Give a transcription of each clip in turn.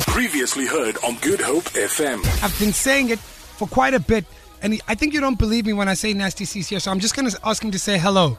Previously heard on Good Hope FM. I've been saying it for quite a bit, and he- I think you don't believe me when I say nasty CC here, so I'm just going to ask him to say hello.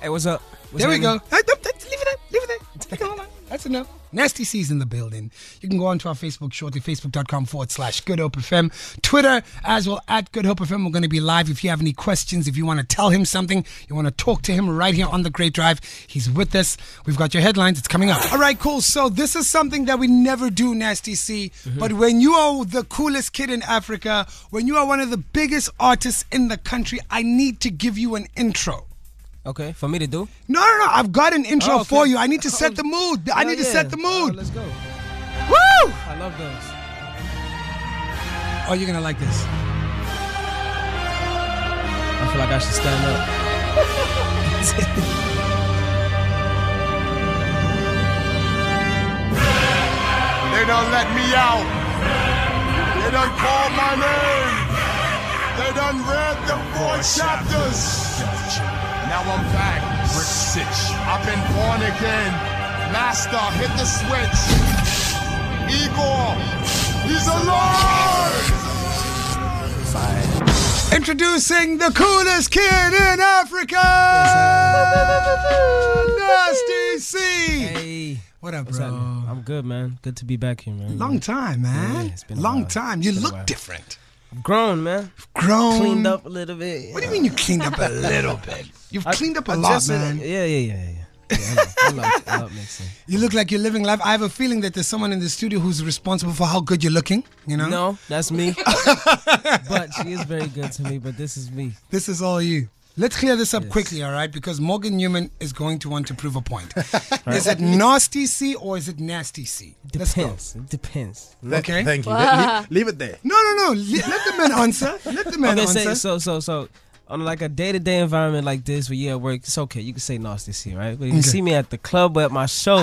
Hey, what's up? What's there we go. happening? Hey, don't- don't- leave it there. Leave it there. Okay, hold on. That's enough. Nasty C's in the building. You can go onto our Facebook shortly, facebook.com forward slash Good Hope FM. Twitter as well, at Good Hope FM. We're going to be live. If you have any questions, if you want to tell him something, you want to talk to him right here on The Great Drive, he's with us. We've got your headlines. It's coming up. All right, cool. So this is something that we never do, Nasty C. But when you are the coolest kid in Africa, when you are one of the biggest artists in the country, I need to give you an intro. Okay, for me to do. No, no, no. I've got an intro Oh, okay. for you. I need to set the mood. I Oh, need to yeah. set the Oh, mood. let's go. Woo! I love those. Oh, you're going to like this. I feel like I should stand up. They don't let me out. They don't call my name. They done read the four chapters. Now I'm back. Rick Sitch. I've been born again. Master, hit the switch. Igor, he's alive. Introducing the coolest kid in Africa, Nasty C. Hey, What up, what's bro? happening? I'm good, man. Good to be back here, man. Long time, man. Yeah, it's been a Long while. time. You It's been a look while. different. I'm grown, man. Grown. Cleaned up a little bit. What do you mean you cleaned up a little bit? You've cleaned up a lot, Adjusted- man. Yeah, yeah, yeah, yeah. yeah. Yeah, I know. I love, I love mixing. You look like you're living life. I have a feeling that there's someone in the studio who's responsible for how good you're looking. You know, No, that's me. but she is very good to me. But this is me. This is all you. Let's clear this up quickly, all right? Because Morgan Newman is going to want to prove a point. Is it nasty C or is it nasty C? Let's go. Depends. It depends. Okay. Thank you. Leave, leave it there. No, no, no. Le- Let the man answer. Let the man okay, say, answer. so so so on like a day to day environment like this where you're at work, it's okay. You can say nasty shit, right? But if you Okay. see me at the club or at my show,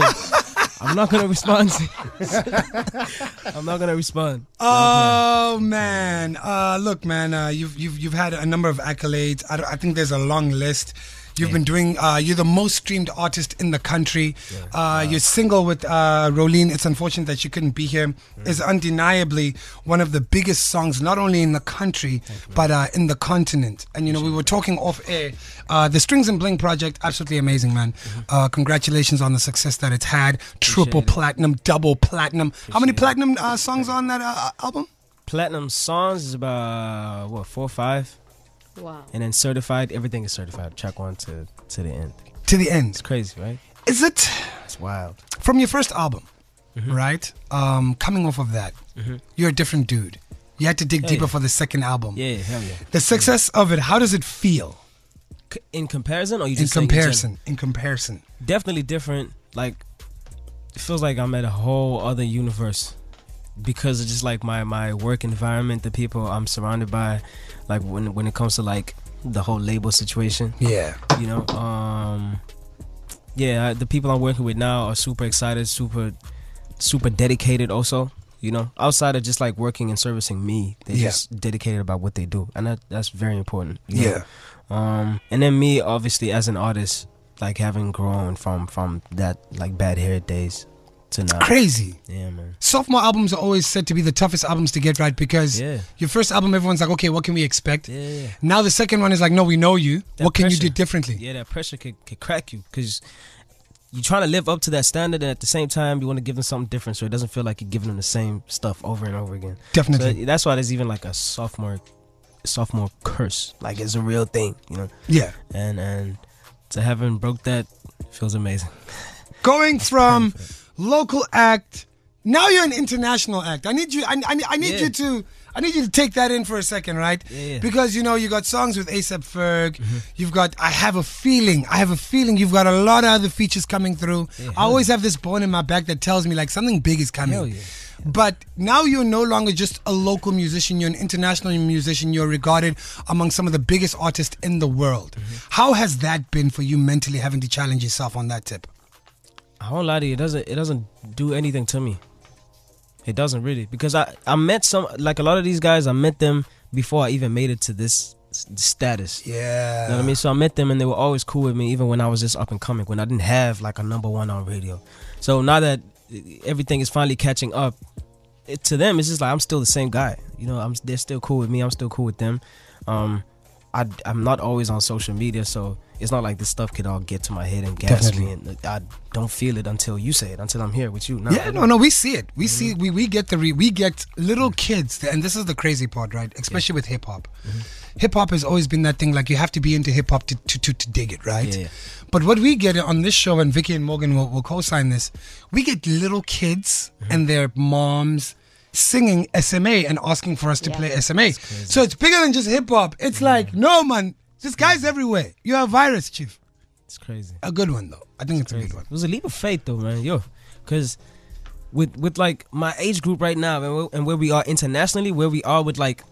I'm not gonna respond. to it. I'm not gonna respond. oh man. Uh, look, man. Uh, you've you've you've had a number of accolades. I, don't- I think there's a long list. You've been doing. Uh, you're the most streamed artist in the country. Uh, Your single with uh, Rolene. It's unfortunate that she couldn't be Mm. here. Is undeniably one of the biggest songs, not only in the country but uh, in the continent. And you know, we were talking off air. Uh, the Strings and Bling project, absolutely amazing, man. Mm-hmm. Uh, congratulations on the success that it's had. Triple platinum, double platinum. How many platinum uh, songs on that uh, album? Platinum songs is about what four or five, Wow. and then certified. Everything is certified. Track one to to the end. To the end. It's crazy, right? Is it It's wild. from your first album, Mm-hmm. right? Um, coming off of that, you're a different dude. You had to dig deeper yeah. for the second album. Yeah, hell yeah. The success of it, how does it feel C- in comparison, or you in just saying general? comparison? In comparison. definitely different. Like it feels like I'm at a whole other universe because of just like my my work environment, the people I'm surrounded by. Like when when it comes to like the whole label situation, Yeah. you know. Um, yeah, I, the people I'm working with now are super excited, super super dedicated. Also, you know, outside of just like working and servicing me, they're Yeah. just dedicated about what they do, and that that's very important. you know? Yeah. um and then me obviously as an artist like having grown from from that like bad hair days to now Crazy. yeah man sophomore albums are always said to be the toughest albums to get right because Yeah. your first album everyone's like okay what can we expect Yeah, yeah. now the second one is like no we know you That what can you do pressure. differently yeah that pressure could, could crack you because you're trying to live up to that standard and at the same time you want to give them something different so it doesn't feel like you're giving them the same stuff over and over again so definitely that's why there's even like a sophomore sophomore curse like it's a real thing you know yeah and and to having broke that feels amazing going from local act now you're an international act i need you i, I, I need Yeah. you to i need you to take that in for a second right Yeah, Mm-hmm. yeah. because you know you got songs with asap ferg you've got i have a feeling i have a feeling you've got a lot of other features coming through i always have this bone in my back that tells me like something big is coming Hell yeah. But now you're no longer just a local musician, you're an international musician, you're regarded among some of the biggest artists in the world. Mm-hmm. How has that been for you mentally having to challenge yourself on that tip? I won't lie to you, it doesn't it doesn't do anything to me. It doesn't really because I I met some like a lot of these guys I met them before I even made it to this s- status. Yeah. You know what I mean? So I met them and they were always cool with me even when I was just up and coming when I didn't have like a number one on radio. So now that eh, everything is finally catching up, it, to them, it's just like I'm still the same guy. You know, I'm they're still cool with me. I'm still cool with them. Um, I I'm not always on social media, so it's not like this stuff could all get to my head and gas me. And like, I don't feel it until you say it, until I'm here with you. Nah, yeah, no, no, we see it. We see we we get the re- we get little kids, and this is the crazy part, right? Especially with hip hop. Hip hop has always been that thing like you have to be into hip hop to, to to to dig it, right? Yeah, yeah. But what we get on this show, and Vicky and Morgan will, will co-sign this, we get little kids and their moms singing SMA and asking for us to Yeah. play SMA. So it's bigger than just hip hop. It's like no man, this guy's everywhere. You're a virus, chief. It's crazy. A good one though. I think it's a good one. It was a leap of faith, though, man. Yo, because with with like my age group right now, and, where- and where we are internationally, where we are with like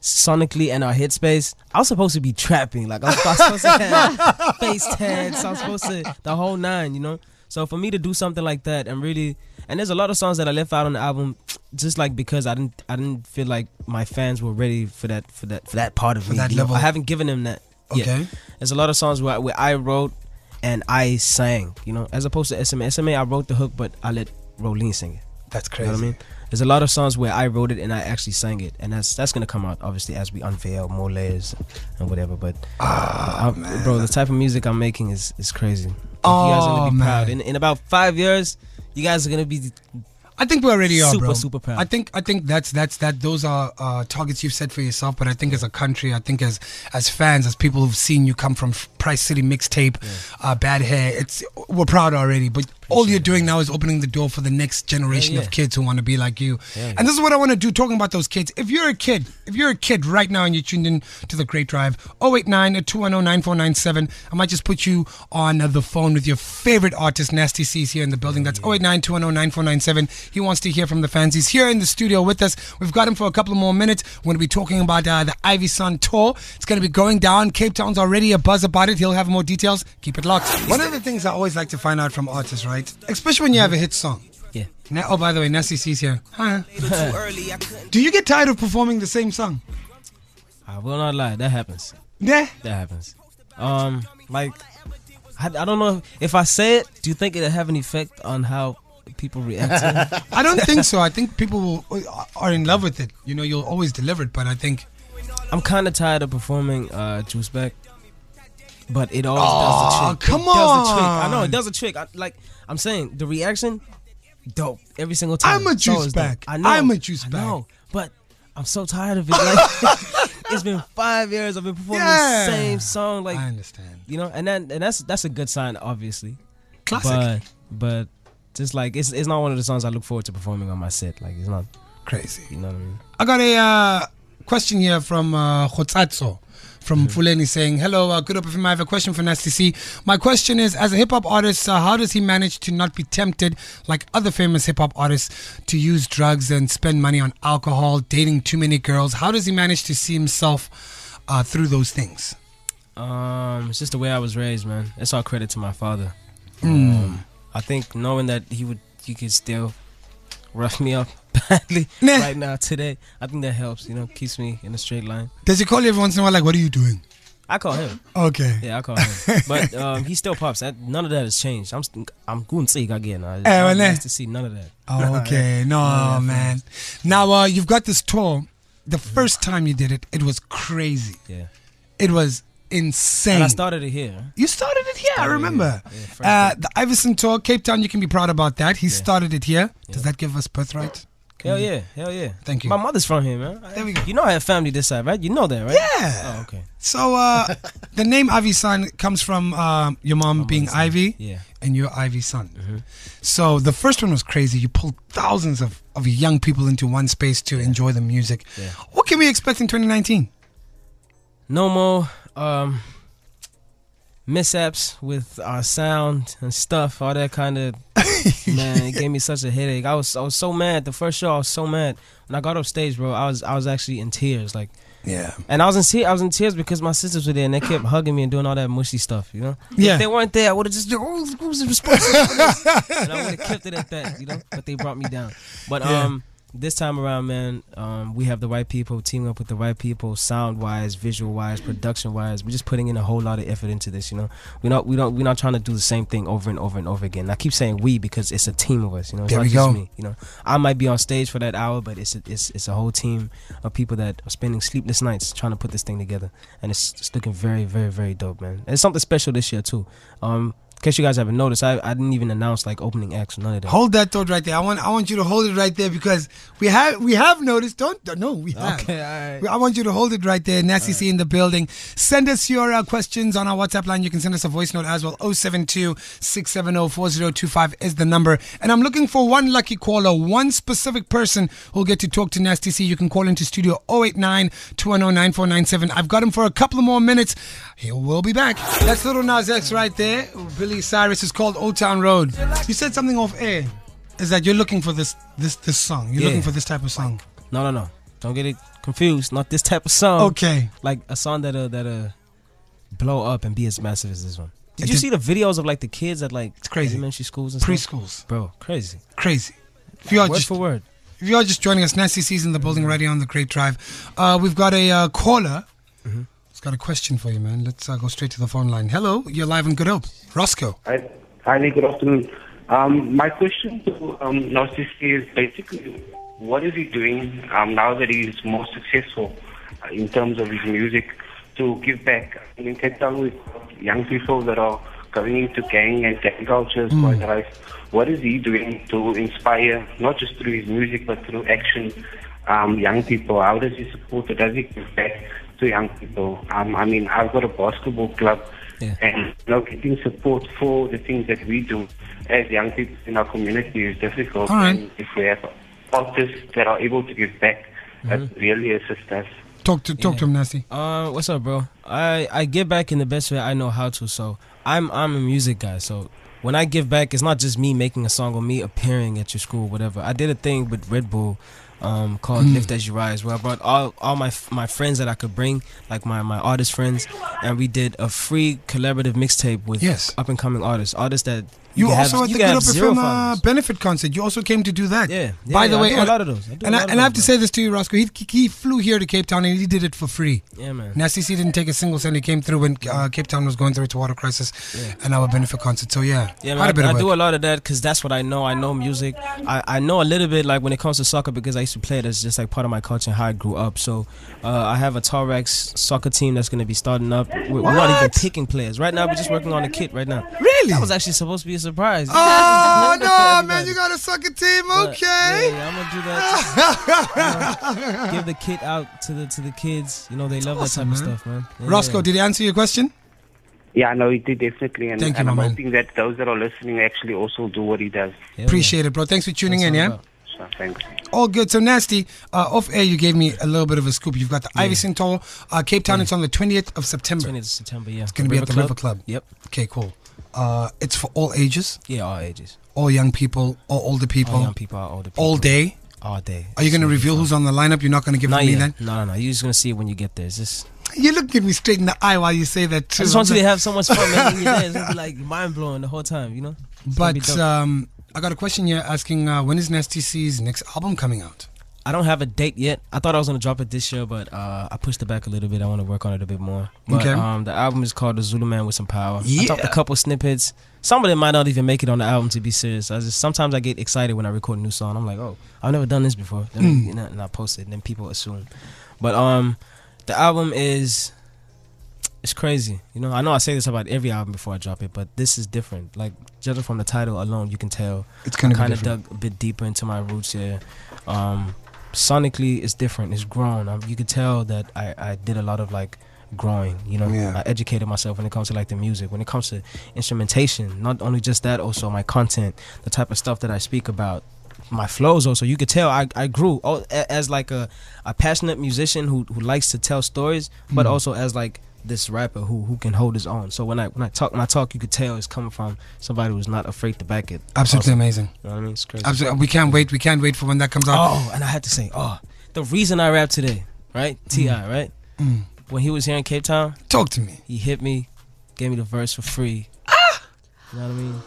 sonically and our headspace, I was supposed to be trapping. Like I was, I was supposed to have face tats. I was supposed to the whole nine, you know. So for me to do something like that and really, and there's a lot of songs that I left out on the album, just like because I didn't, I didn't feel like my fans were ready for that, for that, for that part of me. that you know? level. I haven't given them that. yet. Okay. There's a lot of songs where I, where I wrote and I sang, you know, as opposed to SMA. SMA, I wrote the hook, but I let Rolene sing it. That's crazy. You know what I mean? There's a lot of songs where I wrote it and I actually sang it, and that's that's gonna come out obviously as we unveil more layers and whatever. But Ah, I- bro, the type of music I'm making is is crazy. Like, you guys are Oh, gonna be proud. man. In, in about five years, you guys are gonna be I think we already are, Super, bro. super proud. I think I think that's that's that. Those are uh, targets you've set for yourself. But I think as a country, I think as as fans, as people who've seen you come from Price City mixtape, uh, bad hair. It's we're proud already. But all you're doing now is opening the door for the next generation yeah. of kids who want to be like you. yeah. And this is what I want to do. Talking about those kids. If you're a kid, if you're a kid right now and you're tuned in to the Great Drive, 089 at 210 9497. I might just put you on uh, the phone with your favorite artist, Nasty C's, here in the building. That's 089 210 9497. He wants to hear from the fans. He's here in the studio with us. We've got him for a couple more minutes. We're going to be talking about uh, the Ivy Sun tour. It's going to be going down. Cape Town's already a buzz about it. He'll have more details. Keep it locked. One of the things I always like to find out from artists, right? Especially when you have a hit song. yeah. Na- oh, by the way, Nasty C's here. Hi. Do you get tired of performing the same song? I will not lie, that happens. Yeah. That happens. Um, like I, I don't know if I say it. Do you think it'll have an effect on how people react? to it? I don't think so. I think people will, uh, are in love with it. You know, you'll always deliver it, but I think. I'm kind of tired of performing uh, Juice Back, but it always Aw, does the trick. come it Does the trick. on. I know it does a trick. I, like I'm saying, the reaction, dope every single time. I'm a It's always Juice dope. Back. I know. I'm a Juice I Back. know, but I'm so tired of it. Like, it's been five years. I've been performing Yeah. the same song. Like I understand. you know, and then and that's that's a good sign, obviously. Classic. But but just like it's it's not one of the songs I look forward to performing on my set. Like it's not, Crazy. you know what I mean. I got a uh, question here from uh, Khotsatso from Fuleni saying, Hello, uh, good up if I have a question for Nasty C. My question is As a hip hop artist, uh, how does he manage to not be tempted, like other famous hip hop artists, to use drugs and spend money on alcohol, dating too many girls? How does he manage to see himself uh, through those things? Um, it's just the way I was raised, man. It's all credit to my father. Um, I think knowing that he would, he could still rough me up badly Nah. right now today. I think that helps. You know, keeps me in a straight line. Does he call you every once in a while, like, What are you doing? I call him. Okay. Yeah, I call him. but um, he still pops. That, none of that has changed. I'm st- I'm going sick again. I, Eh, well, I'm eh. nice to see none of that. Oh, Okay, no, man. Now, uh, you've got this tour. The first time you did it, it was crazy. Yeah. It was insane. And I started it here. you started it here, I remember. yeah, first uh, the Iverson tour, Cape Town, you can be proud about that. He started it here. Does that give us birthright? Hell yeah, hell yeah. Thank you. My mother's from here, man. There we go. You know I have family this side, right? You know that, right? Yeah. Oh, okay. So uh, the name Ivy Sun comes from um, your mom being Ivy, Yeah. Mm-hmm. and your Ivy Sun. So the first one was crazy. You pulled thousands of, of young people into one space to enjoy the music. Yeah. What can we expect in 2019? no more um mishaps with our sound and stuff all that kind of man it gave me such a headache i was i was so mad the first show i was so mad when i got off stage bro i was i was actually in tears like Yeah. and i was in tears i was in tears because my sisters were there and they kept hugging me and doing all that mushy stuff you know Yeah. if they weren't there i would have just oh, who's responsible for this? and i would have kept it at that you know but they brought me down but um this time around, man, um, we have the right people teaming up with the right people, sound wise, visual wise, production wise. We're just putting in a whole lot of effort into this. You know, we're not we don't we're not trying to do the same thing over and over and over again. And I keep saying we because it's a team of us. You know, it's There not we just go. me. You know, I might be on stage for that hour, but it's a, it's it's a whole team of people that are spending sleepless nights trying to put this thing together, and it's, it's looking very very very dope, man. And it's something special this year too. Um, in case you guys haven't noticed, I, I didn't even announce like opening acts, none of that. Hold that thought right there. I want I want you to hold it right there because we have we have noticed. Don't no, we have. Okay, all right. I want you to hold it right there. Nasty C in the building. Send us your uh, questions on our WhatsApp line. You can send us a voice note as well. 072 670 4025 is the number. And I'm looking for one lucky caller, one specific person who'll get to talk to Nasty C. You can call into studio 089 210 9497. I've got him for a couple of more minutes. He will be back. That's Little Nas X right there. Billy Cyrus is called Old Town Road. You said something off air. Is that you're looking for this this this song? You're Yeah. looking for this type of song? No, no, no. Don't get it confused. Not this type of song. Okay. Like a song that'll that'll blow up and be as massive as this one. Did It you did- see the videos of like the kids at like crazy. elementary schools and stuff? Preschools. Bro, crazy. Crazy. If you are word just for word. if you are just joining us, Nasty C's in the building right here on the Great Drive. Uh, we've got a uh, caller. Mm-hmm. He's got a question for you, man. Let's uh, go straight to the phone line. Hello, you're live on Good Hope. Roscoe. Hi, hi, Nick, good afternoon. Um, my question to um, Narcissi is basically, what is he doing um, now that he's more successful uh, in terms of his music to give back? I mean, in Cape Town, we've got young people that are going into gang and gang culture is quite right. What is he doing to inspire, not just through his music, but through action, um, young people? How does he support it? Does he give back to young people? Um, I mean, I've got a basketball club. Yeah. And you know, getting support for the things that we do as young people in our community is difficult. All right. And if we have artists that are able to give back, Mm-hmm. that really assists us. Talk to talk to him, Nasty. Uh, what's up, bro? I I give back in the best way I know how to. So I'm I'm a music guy. So when I give back, it's not just me making a song or me appearing at your school, whatever. I did a thing with Red Bull, um, called Mm. Lift as You Rise, where I brought all all my f- my friends that I could bring, like my my artist friends, and we did a free collaborative mixtape with Yes. up and coming artists, artists that You, can also have, at you the can Good have Hope zero FM uh, followers. benefit concert. You also came to do that. Yeah, yeah, By the yeah, I way, do a and- lot of those. I do a and lot of and I have to those, say this to you, Roscoe. He, he flew here to Cape Town and he did it for free. Yeah, man. Nasty C didn't take a single cent. He came through when uh, Cape Town was going through its water crisis, and our benefit concert. So yeah, Yeah, quite man, a bit I, of I work. do a lot of that because that's what I know. I know music. I, I know a little bit like when it comes to soccer because I used to play it. It's just like part of my culture and how I grew up. So uh, I have a Tarex soccer team that's going to be starting up. We're, we're not even What? picking players right now. We're just working on a kit right now. Really? That was actually supposed to be a surprise. Oh no, man! Everybody. You got a sucker team, But, okay? Yeah, yeah, I'm gonna do that. You know, give the kit out to the to the kids. You know they love awesome, that type man. of stuff, man. Yeah, Roscoe, yeah. did he answer your question? Yeah, no, he did definitely. And, Thank you, and I'm my man. hoping that those that are listening actually also do what he does. Yeah, Appreciate it, bro. Thanks for yeah. tuning in. That's Yeah, all about- So thanks. all good. So nasty. Uh, off air, you gave me a little bit of a scoop. You've got the Ivy Centaur, uh, Cape Town. It's on the twentieth of September. 20th of September. Yeah, It's gonna be at the River Club. Yep. Okay, cool. Uh, it's for all ages, Yeah, all ages. all young people, all older people, All young people, all older people. all day. All day. Are you It's gonna be reveal fun. who's on the lineup? You're not gonna give it Not to me yet. then. No, no, no. You're just gonna see it when you get there. It's just, You're looking me straight in the eye while you say that. I Too. just want you to have so much fun, man. When you're there, it's gonna be like mind blowing the whole time, you know. It's gonna be But dope. um, I got a question here asking uh, when is Nasty C's next album coming out? I don't have a date yet. I thought I was gonna drop it this year, but uh, I pushed it back a little bit. I want to work on it a bit more. But, Okay. Um, the album is called The Zulu Man with Some Power. I dropped a Yeah. couple snippets. Some of them might not even make it on the album. To be serious, I just sometimes I get excited when I record a new song. I'm like, oh, I've never done this before. Then, Mm. you know, and I post it, and then people assume. But um, the album is it's crazy. You know, I know I say this about every album before I drop it, but this is different. Like judging from the title alone, you can tell It's gonna be kind of different. dug a bit deeper into my roots here. Um, sonically, it's different. It's grown. Um, you can tell that I, I did a lot of like growing. You know, Yeah. I educated myself when it comes to like the music, when it comes to instrumentation. Not only just that, also my content, the type of stuff that I speak about. My flows also, you could tell I, I grew oh, a- as like a, a passionate musician who, who likes to tell stories, but Hmm. also as like this rapper who who can hold his own. So when I when I talk my talk, you could tell it's coming from somebody who's not afraid to back it. Absolutely amazing. You know what I mean? It's crazy. Absolutely, we can't wait. We can't wait for when that comes out. Oh, and I had to say, oh, the reason I rap today, right? Ti, right? When he was here in Cape Town, Talk to me. he hit me, gave me the verse for free. You know what I mean?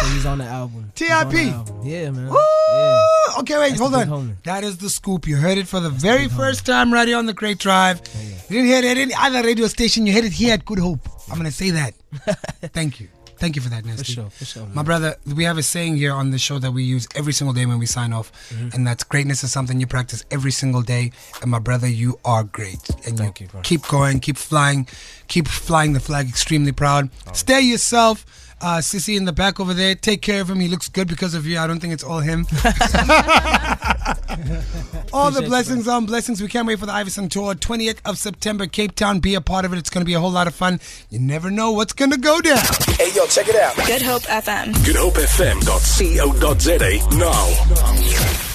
So he's on the album. He's TIP. on the album. Yeah, man. Yeah. Woo! Okay, wait, That's hold the on. big homie. That is the scoop. You heard it for the very first time right here on the Great Drive. You didn't hear it at any other radio station. You heard it here at Good Hope. I'm gonna say that. Thank you. Thank you for that, Nestle. sure, for sure, My brother, we have a saying here on the show that we use every single day when we sign off, Mm-hmm. and that's greatness is something you practice every single day. And my brother, you are great, and Thank you, bro. keep going, keep flying, keep flying the flag. Extremely proud. Stay yourself. Uh, Sissy in the back over there, take care of him. He looks good because of you. I don't think it's all him. All the Appreciate you, blessings on blessings. We can't wait for the Iverson tour, 20th of September, Cape Town. Be a part of it. It's going to be a whole lot of fun. You never know what's going to go down. Hey, yo, check it out. Good Hope FM. GoodHopeFM.co.za now.